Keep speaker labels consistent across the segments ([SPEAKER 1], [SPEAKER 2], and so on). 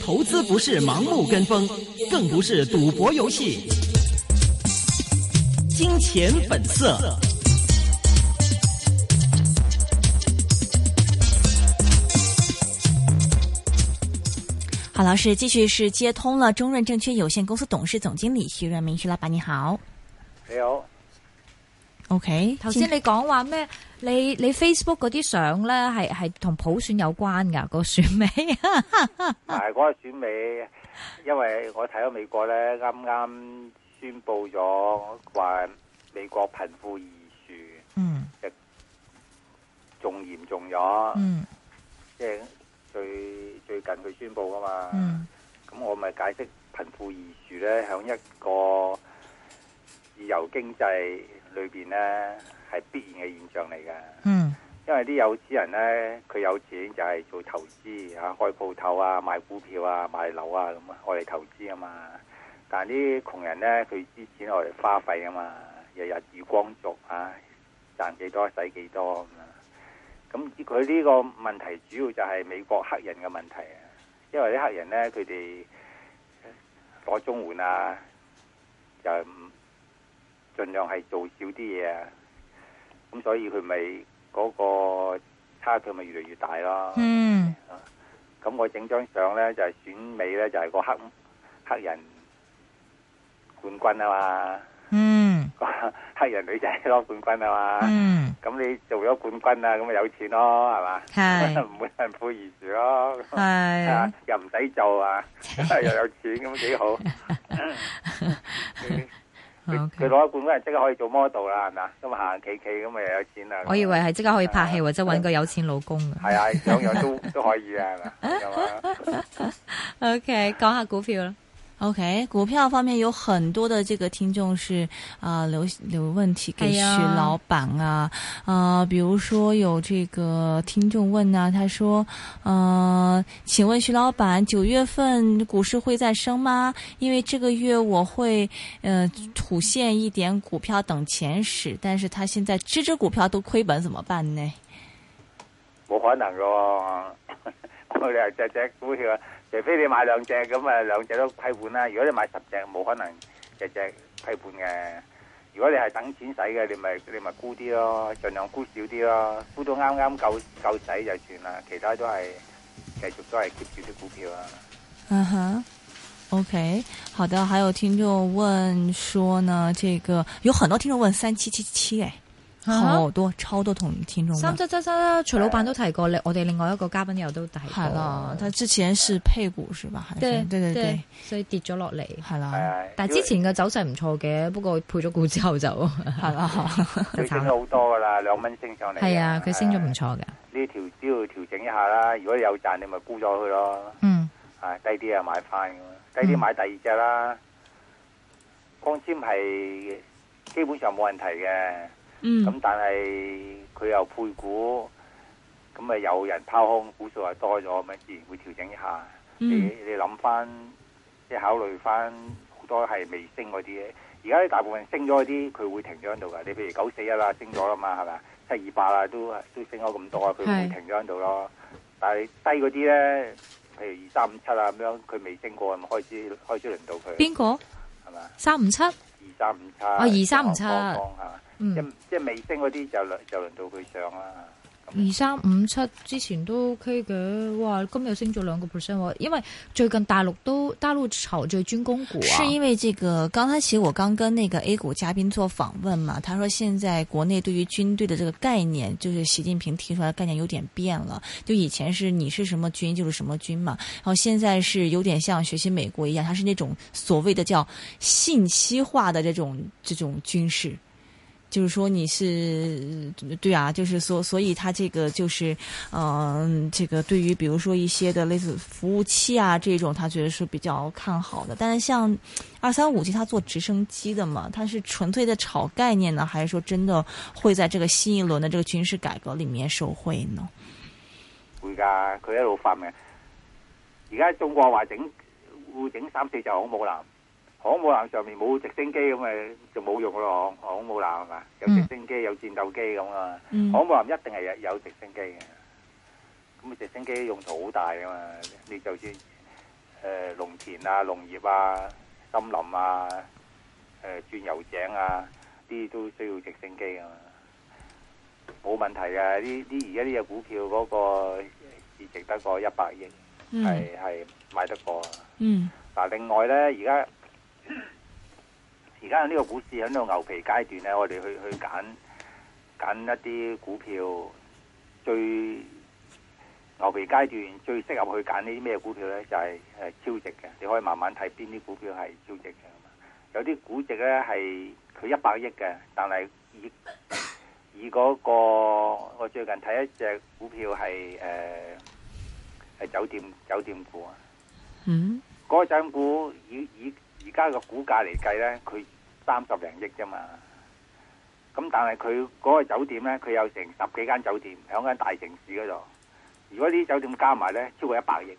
[SPEAKER 1] 投资不是盲目跟风，更不是赌博游戏。金钱本色。
[SPEAKER 2] 好，老师，继续是接通了中润证券有限公司董事总经理徐润明，徐老板你好。
[SPEAKER 3] 你好，
[SPEAKER 2] OK，
[SPEAKER 4] 頭先你講話咩？你你 Facebook 嗰啲相咧，係係同普選有關 噶、個選美
[SPEAKER 2] 啊
[SPEAKER 3] 嗱，嗰個選美，因為我睇到美國咧，啱啱宣布咗話美國貧富懸殊
[SPEAKER 2] 嗯
[SPEAKER 3] 仲嚴重咗，
[SPEAKER 2] 嗯
[SPEAKER 3] 即係最最近佢宣布噶嘛，
[SPEAKER 2] 嗯
[SPEAKER 3] 咁、我咪解釋貧富懸殊咧，響一個自由經濟裏邊咧係必然嘅現象嚟嘅。
[SPEAKER 2] 嗯
[SPEAKER 3] 因為啲有錢人呢，佢有錢就係做投資啊，開鋪頭啊，賣股票啊，賣樓啊咁啊，我嚟投資啊嘛。但啲窮人呢，佢啲錢我嚟花費啊嘛，日日月光族啊，賺幾多使幾多咁啊。咁佢呢個問題主要就係美國黑人嘅問題啊，因為啲黑人呢，佢哋攞綜援啊，就唔盡量係做少啲嘢啊，咁所以佢咪嗰個差距咪越嚟越大咯。
[SPEAKER 2] 嗯
[SPEAKER 3] 咁我整張相咧就係、選美咧就係、個黑黑人冠軍啊嘛，
[SPEAKER 2] 嗯
[SPEAKER 3] 個黑人女仔攞冠軍啊嘛。
[SPEAKER 2] 嗯，
[SPEAKER 3] 咁、你做咗冠軍啊，咁咪有錢咯，係嘛？
[SPEAKER 2] 係
[SPEAKER 3] 唔會貧富懸殊咯，
[SPEAKER 2] 係
[SPEAKER 3] 啊又唔使做啊，又有錢咁幾好。佢佢
[SPEAKER 4] 哦
[SPEAKER 2] OK
[SPEAKER 3] 佢攞咗冠軍，人即刻可以做 model 啦，係咪啊？咁行行企企咁咪又有錢啦。
[SPEAKER 4] 我以為係即刻可以拍戲或者揾個有錢老公
[SPEAKER 3] 係啊，兩樣都都可以啊，係嘛？
[SPEAKER 4] 噶。OK，講下股票啦。
[SPEAKER 2] OK，股票方面有很多的这个听众是啊、留留问题给徐
[SPEAKER 4] 哎呀
[SPEAKER 2] 老板啊，啊、比如说有这个听众问啊，他说，呃，请问徐老板，九月份股市会再升吗？因为这个月我会呃吐现一点股票等钱使，但是他现在只只股票都亏本，怎么办呢？
[SPEAKER 3] 冇可能噶、 喎，我哋隻隻股票，除非你買兩隻咁啊，兩隻都虧本啦。如果你買十隻，冇可能隻隻虧本嘅。如果你係等錢使嘅，你咪你咪沽啲咯，盡量沽少啲咯，沽到啱啱夠夠使就算啦，其他都係繼續都係 keep 住啲股票啊。
[SPEAKER 2] 嗯哼，OK，好的。还有听众问说呢，这个有很多听众问三七七七，哎，好多超多同听众
[SPEAKER 4] 啊三
[SPEAKER 2] 问。
[SPEAKER 4] 七七七啦，徐老闆都提過，你我哋另外一個嘉賓又都提過。
[SPEAKER 2] 好了，他之前是配股是吧？还是
[SPEAKER 4] 對
[SPEAKER 2] 对对对，，
[SPEAKER 4] 所以跌咗落嚟。
[SPEAKER 2] 好了
[SPEAKER 3] 係
[SPEAKER 4] 但係之前嘅走勢唔錯嘅，不過配咗股之 後就
[SPEAKER 2] 好了 好了，
[SPEAKER 3] 佢升咗好多噶啦，兩蚊升上嚟。
[SPEAKER 4] 係啊，佢升咗唔
[SPEAKER 3] 係
[SPEAKER 4] 錯嘅。
[SPEAKER 3] 呢條都要調整一下啦。如果你有賺，你咪沽咗佢咯。
[SPEAKER 4] 嗯
[SPEAKER 3] 啊，低啲啊買翻咁，低啲買第二隻啦。光纖係基本上冇問題嘅，咁、
[SPEAKER 2] 嗯
[SPEAKER 3] 但係佢又配股，咁咪有人拋空，股數又多咗，咪自然會調整一下。你
[SPEAKER 2] 嗯
[SPEAKER 3] 你諗翻，即係考慮翻好多係未升嗰啲，而家大部分升咗嗰啲，佢會停咗喺度噶。你譬如九四一啦，升咗啦嘛，係咪啊？七二八啦，都都升咗咁多啊，佢會
[SPEAKER 4] 係
[SPEAKER 3] 停咗喺度咯。但係低嗰啲咧，譬如二三五七啊咁樣，佢未升過，咪開始開始輪到佢，
[SPEAKER 4] 邊個
[SPEAKER 3] 係咪啊？
[SPEAKER 4] 三五七？
[SPEAKER 3] 二三五七，
[SPEAKER 4] 哦2357
[SPEAKER 3] 剛剛係嘛？
[SPEAKER 4] 嗯，
[SPEAKER 3] 即即係未升嗰啲就輪就輪到佢上啦。
[SPEAKER 4] 二三五七之前都 OK 嘅，哇！今日升咗兩個 percent 喎，因為最近大陸都大陸炒最軍工股啊
[SPEAKER 2] 是，因为这个，刚才其实我刚跟那个 A 股嘉宾做访问嘛，他说现在国内对于军队的这个概念，就是习近平提出来的概念有点变了。就以前是你是什么军就是什么军嘛，然后现在是有点像学习美国一样，它是那种所谓的叫信息化的这种这种军事。就是说你是对啊，就是所所以它这个就是，嗯、这个对于比如说一些的类似服务器啊这种，他觉得是比较看好的。但是像二三五七，它做直升机的嘛，它是纯粹的炒概念呢，还是说真的会在这个新一轮的这个军事改革里面受惠呢？
[SPEAKER 3] 會㗎，佢一路發明。而家中國話整會整三四隻航空母艦，航空母艦上面冇直升機咁咪就冇用咯。航空母艦係嘛？有直升機有戰鬥機咁啊。
[SPEAKER 2] 嗯
[SPEAKER 3] 航空母艦一定係有有直升機嘅。咁咁啊直升機用途好大啊嘛，你就算誒、呃、農田啊、農業啊、森林啊、誒、鑽油井啊，呢啲都需要直升機啊嘛。冇問題嘅，呢呢而家呢只股票嗰個市值得過一百億，係係買得過啊。
[SPEAKER 2] 嗯
[SPEAKER 3] 嗱，另外咧，而家 而家呢個股市喺呢個牛皮階段咧，我哋去去揀揀一啲股票，最牛皮階段最適合去揀呢啲咩股票咧，就係、誒超值嘅，你可以慢慢睇邊啲股票係超值嘅。有啲估值咧係佢一百億嘅，但係以 以嗰、個我最近睇一隻股票係誒係酒店酒店股啊。
[SPEAKER 2] 嗯
[SPEAKER 3] 嗰陣股以以而家嘅股價嚟計呢，佢三十零億啫嘛。咁但係佢嗰個酒店呢，佢有成十幾間酒店喺間大城市嗰度。如果呢啲酒店加埋呢，超過一百億，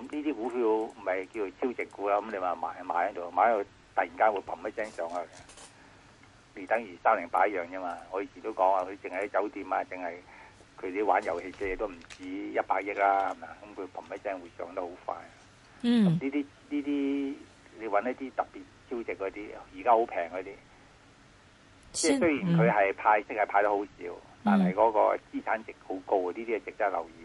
[SPEAKER 3] 咁呢啲股票咪叫做超值股啦。咁你話買買喺度，買喺度突然間會砰一聲上去嘅，你等於三零八一樣啫嘛。我以前都講話，佢淨係啲酒店啊，淨係佢啲玩遊戲嘅嘢都唔止一百億啦，係咪啊？咁佢砰一聲會上得好快。
[SPEAKER 2] 嗯
[SPEAKER 3] 呢啲呢啲你揾一啲特別超值嗰啲，而家好平嗰啲，即係雖
[SPEAKER 2] 嗯
[SPEAKER 3] 然佢係派息係派得好少，但係嗰個資產值好高，呢啲係值得留意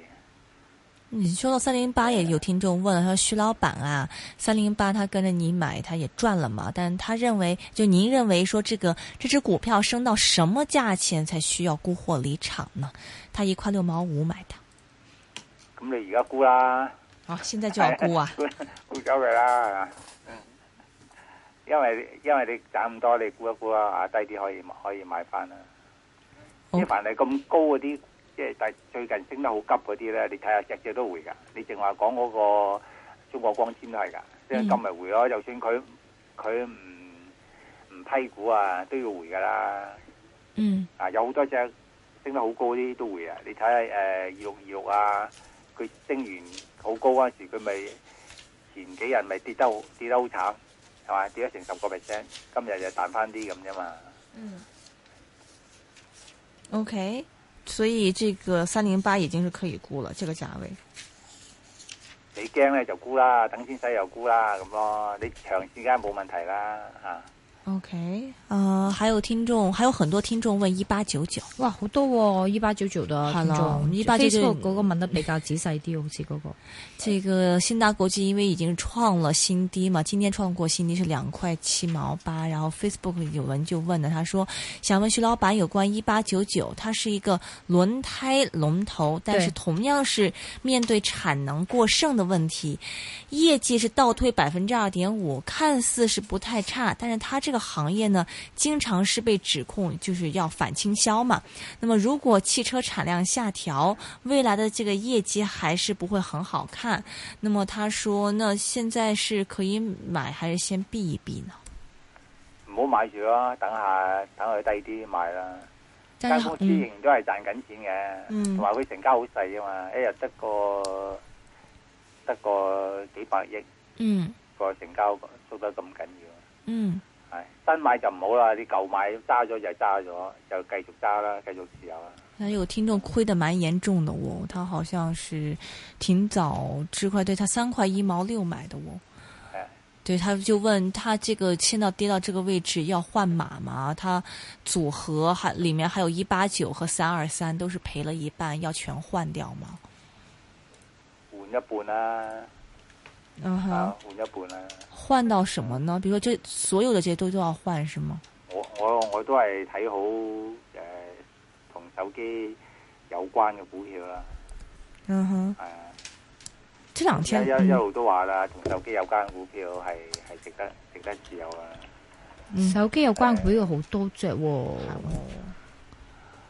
[SPEAKER 3] 嘅。
[SPEAKER 2] 你说到三零八，也有听众问，他说徐老板啊，三零八他跟着你买，他也赚了嘛？但他认为，就您认为说这个这只股票升到什么价钱才需要沽货离场呢？他一块六毛五买的，
[SPEAKER 3] 咁你而家估啦，！
[SPEAKER 2] 好，现在就要沽啊
[SPEAKER 3] 估走佢啦，因為因為你賺咁多，你估一估啦，啊低啲可以可以買翻啦。
[SPEAKER 2] 好
[SPEAKER 3] 即係凡係咁高嗰啲，即係但最近升得好急嗰啲咧，你睇下隻隻都回㗎。你淨話講嗰個中國光纖都
[SPEAKER 2] 嗯
[SPEAKER 3] 係㗎，即係今日回咯。就算佢佢唔唔批股啊，都要回㗎啦。
[SPEAKER 2] 嗯
[SPEAKER 3] 啊，有好多隻升得好高啲都會啊！你睇下誒二六二六啊，佢升完好高嗰陣時，佢咪前幾日咪跌得好跌得好慘，係嘛？跌咗成十個 percent，今日就彈翻啲咁啫嘛。
[SPEAKER 2] ，OK，所以这个三零八已经是可以沽了，这个价位。
[SPEAKER 3] 你驚咧就沽啦，等先使又沽啦咁咯。你長時間冇問題啦嚇。啊
[SPEAKER 2] OK，呃，还有听众，还有很多听众问一八九九，
[SPEAKER 4] 哇，好多依巴九九的
[SPEAKER 2] 係
[SPEAKER 4] 聽
[SPEAKER 2] 啦
[SPEAKER 4] 眾
[SPEAKER 2] 1899
[SPEAKER 4] Facebook 嗰個問得比較仔細啲，好似嗰個
[SPEAKER 2] 这个信达国际因为已经创了新低嘛，今天创过新低是两块七毛八。然后 Facebook 有人就问了，他说想问徐老板有关一八九九，它是一个轮胎龙头，但是
[SPEAKER 4] 对
[SPEAKER 2] 同样是面对产能过剩的问题，业绩是倒退百分之二点五，看似是不太差，但是它这个行业呢，经常是被指控就是要反倾销嘛。那么如果汽车产量下调，未来的这个业绩还是不会很好看。那么他说，那现在是可以买还是先避一避呢？
[SPEAKER 3] 唔好買住咯，等下等佢低啲買啦。間
[SPEAKER 4] 真
[SPEAKER 3] 公司
[SPEAKER 4] 嗯
[SPEAKER 3] 仍然都係賺緊錢嘅，
[SPEAKER 2] 嗯
[SPEAKER 3] 同埋佢成交好細啊嘛，一日得個得個幾百億
[SPEAKER 2] 嗯
[SPEAKER 3] 個成交縮得咁緊要，
[SPEAKER 2] 嗯
[SPEAKER 3] 係新買就唔好啦，你舊買揸咗就揸咗，就繼續揸啦，繼續持有啦。
[SPEAKER 2] 那有听众亏得蛮严重的哦，他好像是挺早这块，对他三块一毛六买的哦。
[SPEAKER 3] 哎
[SPEAKER 2] 对，他就问他这个现在跌到这个位置要换码吗？他组合还里面还有一八九和三二三都是赔了一半，要全换掉吗？
[SPEAKER 3] 換一半啦，
[SPEAKER 2] 嗯哼。
[SPEAKER 3] 啊，換一半啦。
[SPEAKER 2] 换到什么呢？比如说，这所有的这些都都要换是吗？
[SPEAKER 3] 我我我都係睇好誒同、手機有關嘅股票啦，
[SPEAKER 2] 嗯哼，
[SPEAKER 3] 係啊。
[SPEAKER 2] 这两
[SPEAKER 3] 一
[SPEAKER 2] 天
[SPEAKER 3] 一一路都話啦，同手機有關股票係係值得值得持有啊。
[SPEAKER 2] 嗯
[SPEAKER 4] 手機有關股有好多隻喎，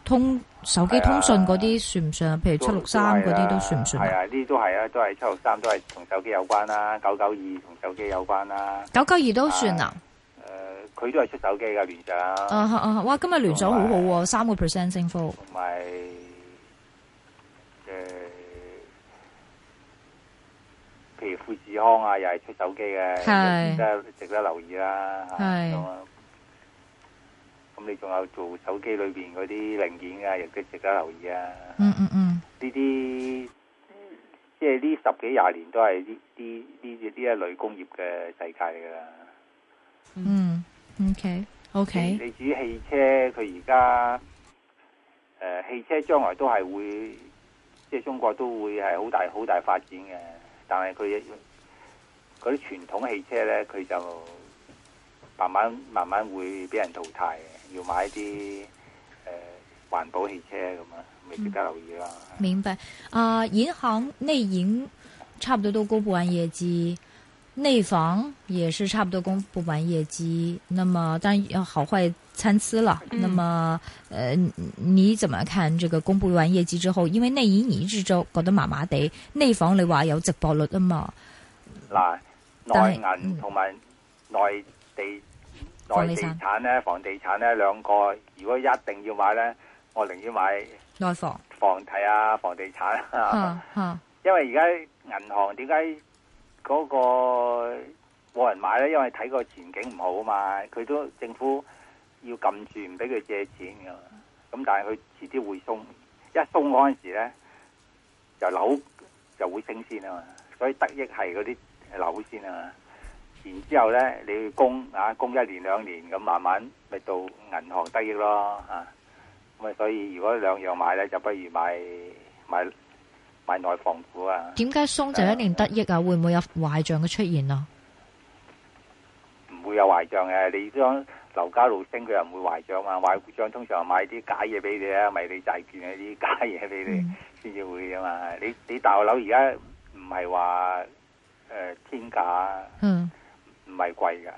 [SPEAKER 4] 通手機
[SPEAKER 3] 係啊
[SPEAKER 4] 通訊嗰啲算唔算啊？譬如七六三嗰啲都算唔算
[SPEAKER 3] 係
[SPEAKER 4] 啊？
[SPEAKER 3] 啊，呢啲都係啊，都係七六三都係同手機有關啦，九九二同手機有關啦。
[SPEAKER 4] 九九二都算啊？
[SPEAKER 3] 誒、佢都係出手機嘅聯
[SPEAKER 4] 啊
[SPEAKER 3] 想，
[SPEAKER 4] 哈啊哈！哇，今日聯想好好喎，三個 percent 升幅。
[SPEAKER 3] 同埋誒，譬如富士康啊，又係出手機嘅，
[SPEAKER 4] 係
[SPEAKER 3] 值得值得留意啦。嚇
[SPEAKER 4] 係
[SPEAKER 3] 咁啊咁你仲有做手機裏邊嗰啲零件啊，亦都值得留意啊。
[SPEAKER 4] 嗯嗯嗯，
[SPEAKER 3] 呢呢啲即係呢十幾廿年都係呢啲呢呢一類工業嘅世界嚟㗎啦。
[SPEAKER 4] 嗯，OK，
[SPEAKER 2] ，OK，
[SPEAKER 3] 你至於汽車，佢而家誒汽車將來都係會，即係中國都會係好大好大發展嘅。但係佢嗰啲傳統汽車咧，佢就慢慢慢慢會俾人淘汰嘅，要買一啲誒、呃、環保汽車咁啊，咪值得留意啦。
[SPEAKER 4] 明白。啊、银行内银差不多都公布完业绩，内房也是差不多公布完业绩。那么当然要好坏参差了。
[SPEAKER 2] 嗯
[SPEAKER 4] 那么呃，你你怎么看这个公布完业绩之后？因为内银你一直都覺得麻麻地，內房你話有直播率啊嘛，
[SPEAKER 3] 嗱，
[SPEAKER 4] 但
[SPEAKER 3] 內
[SPEAKER 4] 係
[SPEAKER 3] 銀
[SPEAKER 4] 嗯
[SPEAKER 3] 同埋內地
[SPEAKER 4] 房
[SPEAKER 3] 內
[SPEAKER 4] 地
[SPEAKER 3] 地
[SPEAKER 4] 產
[SPEAKER 3] 產咧、房地產咧兩個，如果一定要買咧，我寧願買
[SPEAKER 4] 內房
[SPEAKER 3] 房地啊、房地產啊，
[SPEAKER 4] 啊啊，
[SPEAKER 3] 因為而家銀行點解嗰個冇人買咧？因為睇個前景唔好啊嘛，佢都政府要撳住唔俾佢借錢噶，咁但係佢遲啲會鬆，一鬆嗰陣時咧就樓就會升先啊嘛，所以得益係嗰啲樓先啊嘛。然之後咧，你要供啊，供一年兩年咁，慢慢咪到銀行得益咯嚇。啊咁啊，所以如果兩樣買咧，就不如買買買內房股啊，
[SPEAKER 4] 點解鬆就一定得益啊？會唔會有壞象嘅出現啊？
[SPEAKER 3] 唔會有壞帳嘅。你將樓價路升，佢又唔會壞帳嘛。壞帳通常買啲假嘢俾你啊，迷你債券嗰啲假嘢俾你
[SPEAKER 4] 嗯
[SPEAKER 3] 先至會啊嘛。你你大樓而家唔係話誒天價，
[SPEAKER 4] 嗯
[SPEAKER 3] 唔係貴㗎。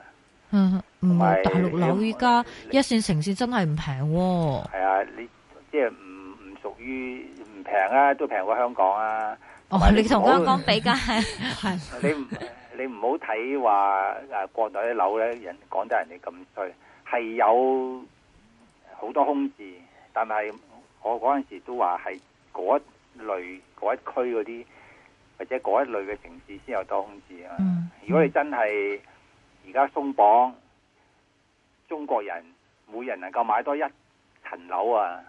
[SPEAKER 4] 嗯，唔係
[SPEAKER 3] 埋
[SPEAKER 4] 大陸樓依家
[SPEAKER 3] 你
[SPEAKER 4] 一線城市真係唔平喎。
[SPEAKER 3] 係啊，你即係唔唔屬於唔平啊，都平過香港啊。
[SPEAKER 4] 哦，
[SPEAKER 3] 買
[SPEAKER 4] 你
[SPEAKER 3] 你
[SPEAKER 4] 同
[SPEAKER 3] 唔好
[SPEAKER 4] 香港比較係
[SPEAKER 3] 你唔你唔好睇話誒國內啲樓咧，人講得人哋咁衰，係有好多空置，但係我嗰陣時都話係嗰一類嗰一區嗰啲或者嗰一類嘅城市先有多空置啊。
[SPEAKER 4] 嗯
[SPEAKER 3] 如果你真係而家鬆綁，中國人每人能夠買多一層樓啊！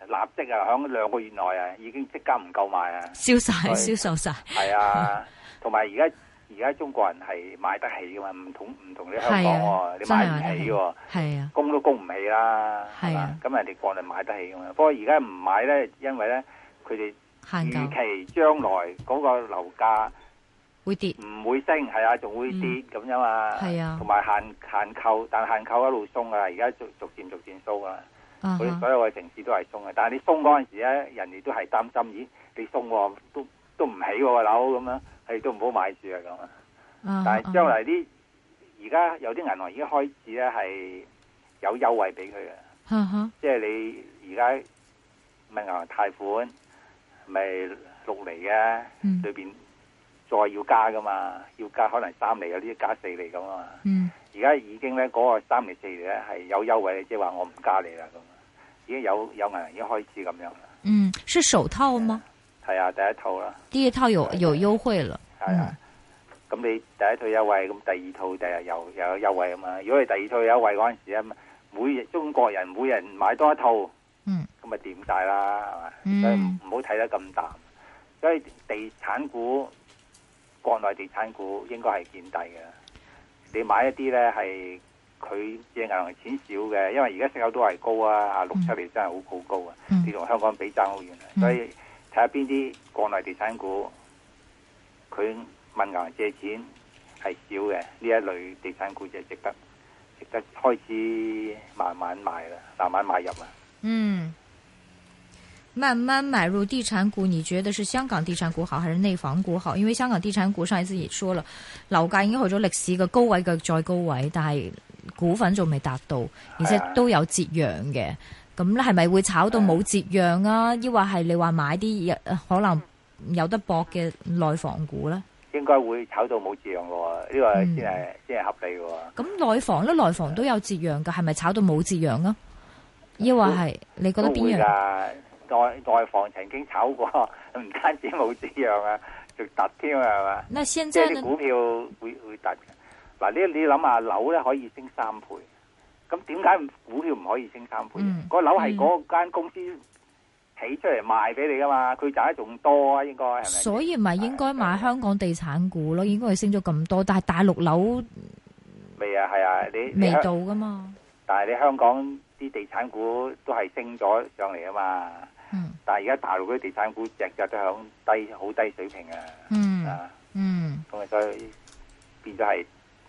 [SPEAKER 3] 立即啊，響兩個月內啊，已經即刻唔夠買啊！
[SPEAKER 4] 燒晒、
[SPEAKER 3] 係
[SPEAKER 4] 燒售晒，
[SPEAKER 3] 系啊，同埋而家而家中國人係買得起噶嘛，唔同唔同你香港
[SPEAKER 4] 係啊
[SPEAKER 3] 喎，你買唔起
[SPEAKER 4] 真係
[SPEAKER 3] 喎，
[SPEAKER 4] 係啊，
[SPEAKER 3] 供都供唔起啦，係
[SPEAKER 4] 係
[SPEAKER 3] 嘛
[SPEAKER 4] 啊？
[SPEAKER 3] 咁人哋國內買得起噶嘛，不過而家唔買咧，因為咧佢哋
[SPEAKER 4] 限購
[SPEAKER 3] 預期將來嗰個樓價
[SPEAKER 4] 會跌，
[SPEAKER 3] 唔會升，係啊，仲會跌咁啫嘛，
[SPEAKER 4] 嗯係啊
[SPEAKER 3] 同埋限限購，但限購一路鬆噶啦，而家逐逐漸逐漸鬆噶啦。
[SPEAKER 4] 啊
[SPEAKER 3] 所以所
[SPEAKER 4] 哈，
[SPEAKER 3] 有嘅城市都係鬆嘅。但係你鬆嗰陣時咧，人哋都係擔心，咦，你鬆喎，都都唔起喎樓咁樣，係都唔好買住啊咁啊。
[SPEAKER 4] 啊哈
[SPEAKER 3] 但係將來啲而家有啲銀行已經開始咧係有優惠俾佢嘅，
[SPEAKER 4] 啊哈
[SPEAKER 3] 即係你而家咪銀行貸款咪六厘嘅
[SPEAKER 4] 嗯，
[SPEAKER 3] 裏邊再要加噶嘛，要加可能三厘有啲加四厘咁啊嘛。
[SPEAKER 4] 嗯
[SPEAKER 3] 而家已經咧嗰、個三年四年咧係有優惠，即係話我唔加你啦咁。已經有有銀行已經開始咁樣啦，
[SPEAKER 4] 嗯，是首套嗎？
[SPEAKER 3] 係啊，第一套啦，
[SPEAKER 4] 第一套有有優惠了，
[SPEAKER 3] 係啊。咁你第一套優惠，咁第二套第日又又有優惠啊嘛。如果你第二套優惠嗰陣時咧，每日中國人每人買多一套，咁
[SPEAKER 4] 嗯
[SPEAKER 3] 咪掂晒啦，係嘛？
[SPEAKER 4] 嗯
[SPEAKER 3] 所以唔唔好睇得咁淡。所以地產股，國內地產股應該係見底嘅。你買一啲咧係佢借銀行錢少嘅，因為而家息口都係高啊，啊六七厘真係好好高啊，
[SPEAKER 4] 嗯
[SPEAKER 3] 你同香港比爭好遠啊。
[SPEAKER 4] 嗯
[SPEAKER 3] 所以睇下邊啲國內地產股，佢問銀行借錢係少嘅，呢一類地產股就值得值得開始慢慢買啦，慢慢買入啊啦。
[SPEAKER 4] 嗯。慢慢买入地产股，你覺得是香港地產股好，還是內房股好？因為香港地產股上一次也說了，樓價已經去咗歷史嘅高位嘅再高位，但係股份仲未達到，而且
[SPEAKER 3] 係啊
[SPEAKER 4] 都有折讓嘅。咁咧係咪會炒到冇折讓啊？抑或係你話買啲呃可能有得搏嘅內房股咧？
[SPEAKER 3] 應該會炒到冇字樣喎，呢
[SPEAKER 4] 嗯
[SPEAKER 3] 個先係先係合理嘅喎。
[SPEAKER 4] 咁內房咧，內房都有折讓㗎，係咪炒到冇折讓啊？抑或係你覺得
[SPEAKER 3] 都
[SPEAKER 4] 邊
[SPEAKER 3] 會
[SPEAKER 4] 樣？
[SPEAKER 3] 㗎，內內房曾經炒過，唔單止冇字樣啊，仲突添啊，係嘛？
[SPEAKER 4] 那現
[SPEAKER 3] 即
[SPEAKER 4] 在
[SPEAKER 3] 係啲
[SPEAKER 4] 呢？
[SPEAKER 3] 股票會會突嘅。嗱，你你諗下樓咧可以升三倍，咁點解股票唔可以升三倍？啊
[SPEAKER 4] 嗯
[SPEAKER 3] 個樓係嗰間公司起出嚟賣俾你噶嘛，佢賺得仲多啊，應該係咪？啊
[SPEAKER 4] 所以咪應該買香港地產股咯，應該佢升咗咁多，但係大陸樓
[SPEAKER 3] 未啊，係啊，你你
[SPEAKER 4] 未
[SPEAKER 3] 香
[SPEAKER 4] 到噶嘛，
[SPEAKER 3] 但係你香港啲地產股都係升咗上嚟啊嘛，
[SPEAKER 4] 嗯
[SPEAKER 3] 但係而家大陸嗰啲地產股隻隻都響低好低水平啊，
[SPEAKER 4] 嗯
[SPEAKER 3] 啊，
[SPEAKER 4] 嗯，
[SPEAKER 3] 咁啊所以變咗係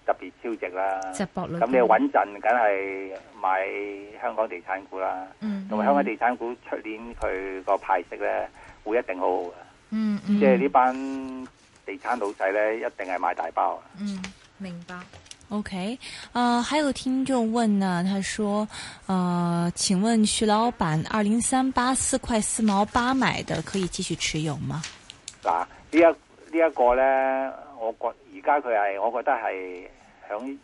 [SPEAKER 3] 特別超值啦。
[SPEAKER 4] 直播率
[SPEAKER 3] 咁你穩陣，梗係買香港地產股啦，
[SPEAKER 4] 嗯，
[SPEAKER 3] 同埋香港地產股出年佢個派息咧會一定好好嘅，
[SPEAKER 4] 嗯嗯，
[SPEAKER 3] 即係呢班地產老細咧一定係買大包啊。
[SPEAKER 4] 嗯明白。
[SPEAKER 2] 嗯 OK，呃，还有听众问呢，他说，呃，请问徐老板，二零三八四块四毛八买的，可以继续持有吗？
[SPEAKER 3] 嗱，呢一呢一個咧，我覺而家佢係，我覺得係響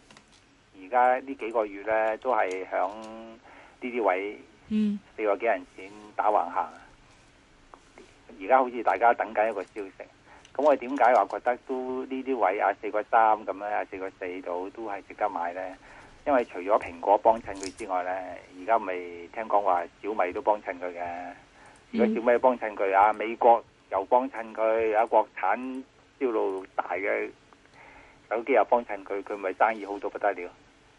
[SPEAKER 3] 而家呢幾個月咧，都係響呢啲位
[SPEAKER 2] 嗯
[SPEAKER 3] 四個幾人錢打橫行。而家好似大家等緊一個消息，咁我點解話覺得都呢啲位啊四個三咁樣啊四個四度都係值得買咧？因為除咗蘋果幫襯佢之外咧，而家咪聽講話小米都幫襯佢嘅。如果小米幫襯佢啊，美國又幫襯佢，有國產銷路大嘅手機又幫襯佢，佢咪生意好到不得了，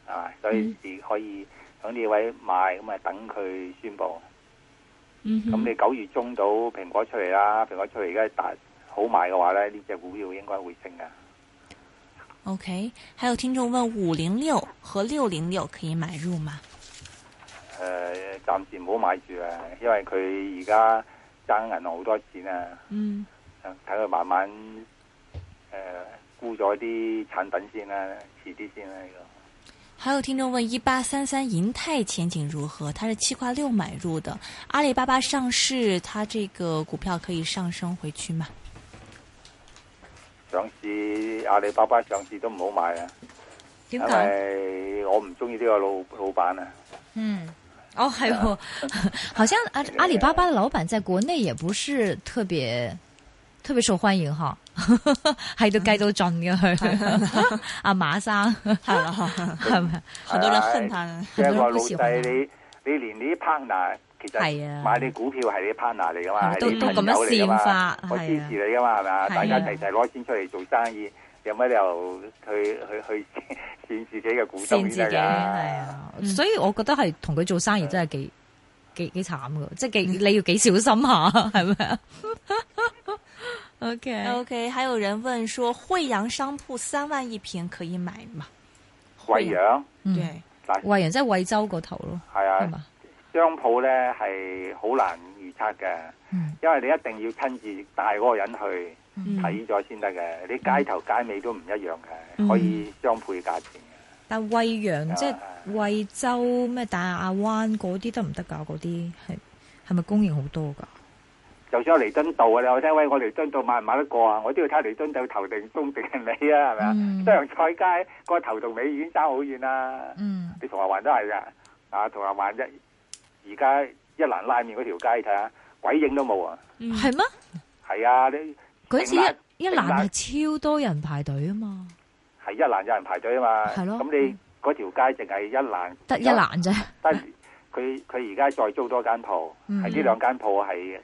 [SPEAKER 3] 係嘛？所以是可以喺呢位買，咁啊等佢宣布。
[SPEAKER 2] 嗯哼
[SPEAKER 3] 咁你九月中到蘋果出嚟啦，蘋果出嚟而家大好賣嘅話咧，呢只股票應該會升嘅。
[SPEAKER 2] OK，还有听众问五零六和六零六可以买入吗？
[SPEAKER 3] 誒、呃暫時唔好買住啊，因為佢而家爭銀行好多錢啊，
[SPEAKER 2] 嗯
[SPEAKER 3] 睇佢慢慢誒、呃沽咗啲產品先啦，遲啲先啦呢、個。
[SPEAKER 2] 还有听众问一八三三银泰前景如何？它是七块六买入的，阿里巴巴上市，它这个股票可以上升回去吗？
[SPEAKER 3] 上市阿里巴巴上市都唔好買啊，因
[SPEAKER 4] 點解？
[SPEAKER 3] 為我唔中意呢個老老闆啊。
[SPEAKER 4] 嗯，哦，係喎， 好像 阿
[SPEAKER 3] 啊
[SPEAKER 4] 阿里巴巴的老板在國內也不是特別特別受歡迎哈， 喺度計到盡嘅佢， 阿馬生 係咪？
[SPEAKER 2] 很多人恨它呢。
[SPEAKER 3] 即係個老
[SPEAKER 4] 好喜歡
[SPEAKER 3] 細，
[SPEAKER 4] 啊
[SPEAKER 3] 你你連你啲 partner 其
[SPEAKER 4] 係
[SPEAKER 3] 實
[SPEAKER 4] 啊
[SPEAKER 3] 買你股票係你 partner 嚟噶嘛，
[SPEAKER 4] 係都
[SPEAKER 3] 係你朋友
[SPEAKER 4] 都咁樣
[SPEAKER 3] 嚟㗎
[SPEAKER 4] 善
[SPEAKER 3] 嘛
[SPEAKER 4] 化，
[SPEAKER 3] 我
[SPEAKER 4] 係啊
[SPEAKER 3] 支持你噶嘛，係咪啊？
[SPEAKER 4] 係啊
[SPEAKER 3] 大家齊齊攞錢出嚟做生意，有乜理由去去去 善自己嘅股
[SPEAKER 4] 善
[SPEAKER 3] 東
[SPEAKER 4] 自己
[SPEAKER 3] 先
[SPEAKER 4] 係
[SPEAKER 3] 得㗎？
[SPEAKER 4] 啊，
[SPEAKER 2] 嗯
[SPEAKER 4] 所以我覺得係同佢做生意真係幾幾幾慘嘅，即係幾你要幾小心下， 係咪啊 ？OK，
[SPEAKER 2] OK，还有人问说惠阳商铺三万一平可以买吗？
[SPEAKER 3] 惠陽
[SPEAKER 4] 嗯，
[SPEAKER 2] 对，
[SPEAKER 3] 嗱
[SPEAKER 4] 惠陽即係惠州個頭咯，
[SPEAKER 3] 係
[SPEAKER 4] 係
[SPEAKER 3] 啊，
[SPEAKER 4] 嘛？
[SPEAKER 3] 商鋪咧係好難預測嘅，
[SPEAKER 4] 嗯
[SPEAKER 3] 因為你一定要親自帶嗰個人去。
[SPEAKER 2] 嗯
[SPEAKER 3] 睇咗先得嘅，
[SPEAKER 4] 嗯
[SPEAKER 3] 你街頭街尾都唔一樣
[SPEAKER 2] 嗯
[SPEAKER 3] 嘅，可以雙倍價錢嘅。
[SPEAKER 4] 但惠陽即係惠州咩大亞灣嗰啲得唔得㗎？嗰啲係係咪供應好多㗎？
[SPEAKER 3] 就算我彌敦道啊，你話聽喂，我彌敦道買唔買得過啊？我都要睇彌敦道頭定中定係尾啊，係咪啊？
[SPEAKER 4] 嗯
[SPEAKER 3] 西洋菜街個頭同尾已經爭好遠啦。
[SPEAKER 4] 嗯
[SPEAKER 3] 你銅鑼灣都係㗎，啊銅鑼灣一而家一蘭拉麵嗰條街睇下，鬼影都冇啊！
[SPEAKER 2] 嗯
[SPEAKER 4] 係咩？
[SPEAKER 3] 係啊，你
[SPEAKER 4] 嗰陣時
[SPEAKER 3] 明白
[SPEAKER 4] 一一欄係超多人排隊啊嘛，
[SPEAKER 3] 係一蘭有人排隊啊嘛，
[SPEAKER 4] 係咯嗯
[SPEAKER 3] 咁你嗰條街淨係一蘭
[SPEAKER 4] 得一欄啫。
[SPEAKER 3] 但係佢佢而家再租多間鋪，
[SPEAKER 4] 嗯
[SPEAKER 3] 係呢兩間鋪係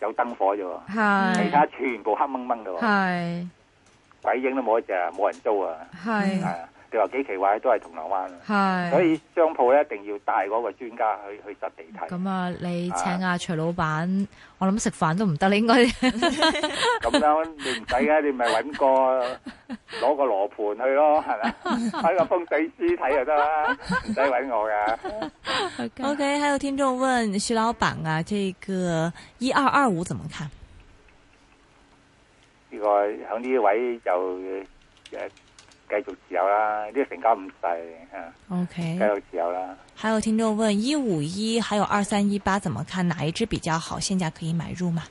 [SPEAKER 3] 有燈火啫喎，
[SPEAKER 4] 係
[SPEAKER 3] 其他全部黑掹掹嘅喎，
[SPEAKER 4] 係
[SPEAKER 3] 鬼影都冇一隻，冇人租啊！係
[SPEAKER 4] 係
[SPEAKER 3] 啊，你話幾奇怪，都係銅鑼灣啊！
[SPEAKER 4] 嗯係。
[SPEAKER 3] 所以商鋪咧一定要帶嗰個專家去去實地睇，
[SPEAKER 4] 咁啊，你請阿徐老闆，我諗食飯都唔得，你應該
[SPEAKER 3] 咁樣你唔使嘅，你咪揾個攞個羅盤去咯，係 咪？揾個風水師睇就得啦，唔使揾我㗎。
[SPEAKER 2] OK，还有听众问徐老板啊，这个一二二五怎么看？
[SPEAKER 3] 呢個喺呢位就誒繼續持有啦，呢個成交唔細啊，繼
[SPEAKER 4] 嗯
[SPEAKER 2] OK，
[SPEAKER 3] 續持有啦。
[SPEAKER 2] 还有听众问一五一还有二三一八怎么看？哪一只比较好？现价可以买入吗？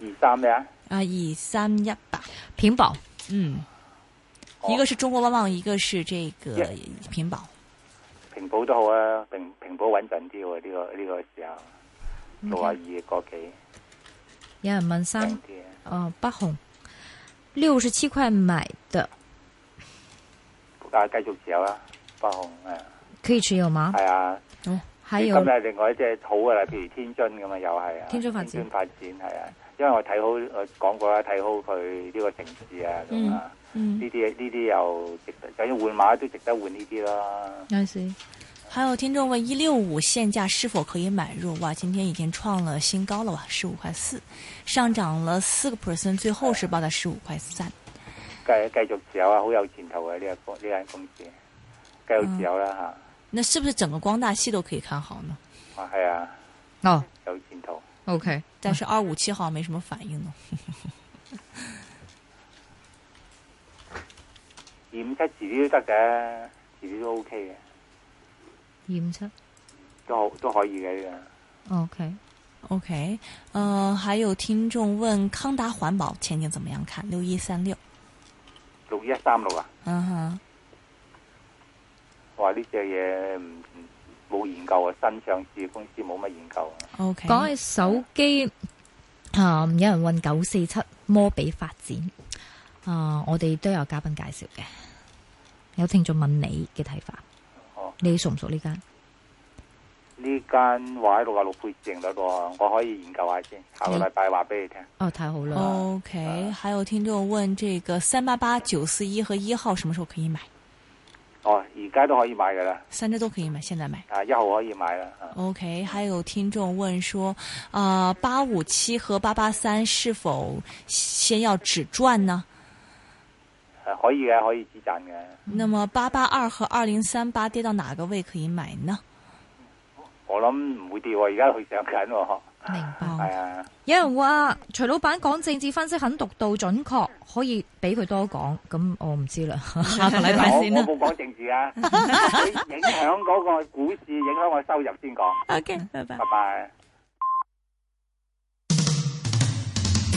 [SPEAKER 3] 二三咩啊？
[SPEAKER 2] 啊，二三一吧。
[SPEAKER 4] 片薄
[SPEAKER 2] 嗯，
[SPEAKER 3] 哦
[SPEAKER 2] 一个是中国旺旺，一个是这个
[SPEAKER 3] Yeah
[SPEAKER 2] 平保。
[SPEAKER 3] 平保都好啊，平平保穩陣啲喎，呢、個呢、個時候六啊二個幾
[SPEAKER 4] 有人問
[SPEAKER 3] 平
[SPEAKER 4] 嗯三
[SPEAKER 3] 啲啊。
[SPEAKER 4] 哦，北紅六十七塊買的，
[SPEAKER 3] 啊，繼續持有啦，北控啊，
[SPEAKER 4] 可以持有嗎？
[SPEAKER 3] 係啊，
[SPEAKER 4] 还有
[SPEAKER 3] 咁啊，另外一隻好嘅啦，譬如天津咁啊，又係啊，
[SPEAKER 4] 天津發展
[SPEAKER 3] 天津發展係啊，因為我睇好我講過啦，睇好佢呢個城市啊咁啊，
[SPEAKER 2] 嗯
[SPEAKER 3] 呢啲呢啲又值得，就算換馬都值得換呢啲啦。
[SPEAKER 4] I see。
[SPEAKER 2] 还有听众问：一六五现价是否可以买入？哇，今天已经创了新高了哇，十五块四，上涨了四个 percent，最后是报在十五块三。
[SPEAKER 3] 繼繼續持有啊，好有前途嘅呢個公呢間公司，繼續持有啦嚇，
[SPEAKER 2] 那是不是整个光大系都可以看好呢？
[SPEAKER 3] 啊係啊，
[SPEAKER 4] 哦
[SPEAKER 3] 有前途。
[SPEAKER 4] ，OK，
[SPEAKER 2] 但是二五七好像没什么反应呢。
[SPEAKER 3] 二五七遲啲都得嘅，遲啲都 OK 嘅，
[SPEAKER 4] 二五七哦
[SPEAKER 3] 都好都可以嘅呢
[SPEAKER 4] ，OK。
[SPEAKER 2] OK，呃，還有听众問康达环保前景怎麼樣看？六一三六，
[SPEAKER 3] 個。六一三六啊，
[SPEAKER 2] 嗯哼，
[SPEAKER 3] 我話呢隻嘢唔唔冇研究啊，新上市嘅公司冇乜研究啊。
[SPEAKER 2] ，OK，
[SPEAKER 4] 講起手機，啊、有人問九四七摩比發展，啊、我哋都有嘉賓介紹嘅，有聽眾問你嘅睇法，
[SPEAKER 3] 哦
[SPEAKER 4] 你熟唔熟呢間？
[SPEAKER 3] 呢間話六啊六倍市盈率喎，我可以研究下
[SPEAKER 4] 嗯
[SPEAKER 3] 先，下個禮拜話俾你聽。
[SPEAKER 4] 哦，太好啦，
[SPEAKER 2] OK，還有听众問这個三八八九四一和一號什麼時候可以買？
[SPEAKER 3] 哦，而家都可以買噶啦，
[SPEAKER 2] 三隻都可以買，現在買。
[SPEAKER 3] 啊一號可以買啦。啊
[SPEAKER 2] OK，还有听众問說，啊八五七和八八三是否先要止賺呢？
[SPEAKER 3] 啊可以嘅，可以止賺嘅。
[SPEAKER 2] 那麼八八二和二零三八跌到哪個位可以買呢？
[SPEAKER 3] 我諗唔會跌喎，而家佢上緊喎。
[SPEAKER 4] 明白。
[SPEAKER 2] 哦
[SPEAKER 3] 係啊，
[SPEAKER 4] 有人話徐老闆講政治分析很獨到準確，可以俾佢多講，咁我唔知啦，下個禮
[SPEAKER 3] 我
[SPEAKER 4] 拜
[SPEAKER 3] 我
[SPEAKER 4] 先啦。
[SPEAKER 3] 冇講政治 啊，佢影響嗰個股市，影響我收入先講。
[SPEAKER 2] OK，拜拜
[SPEAKER 3] 拜。拜。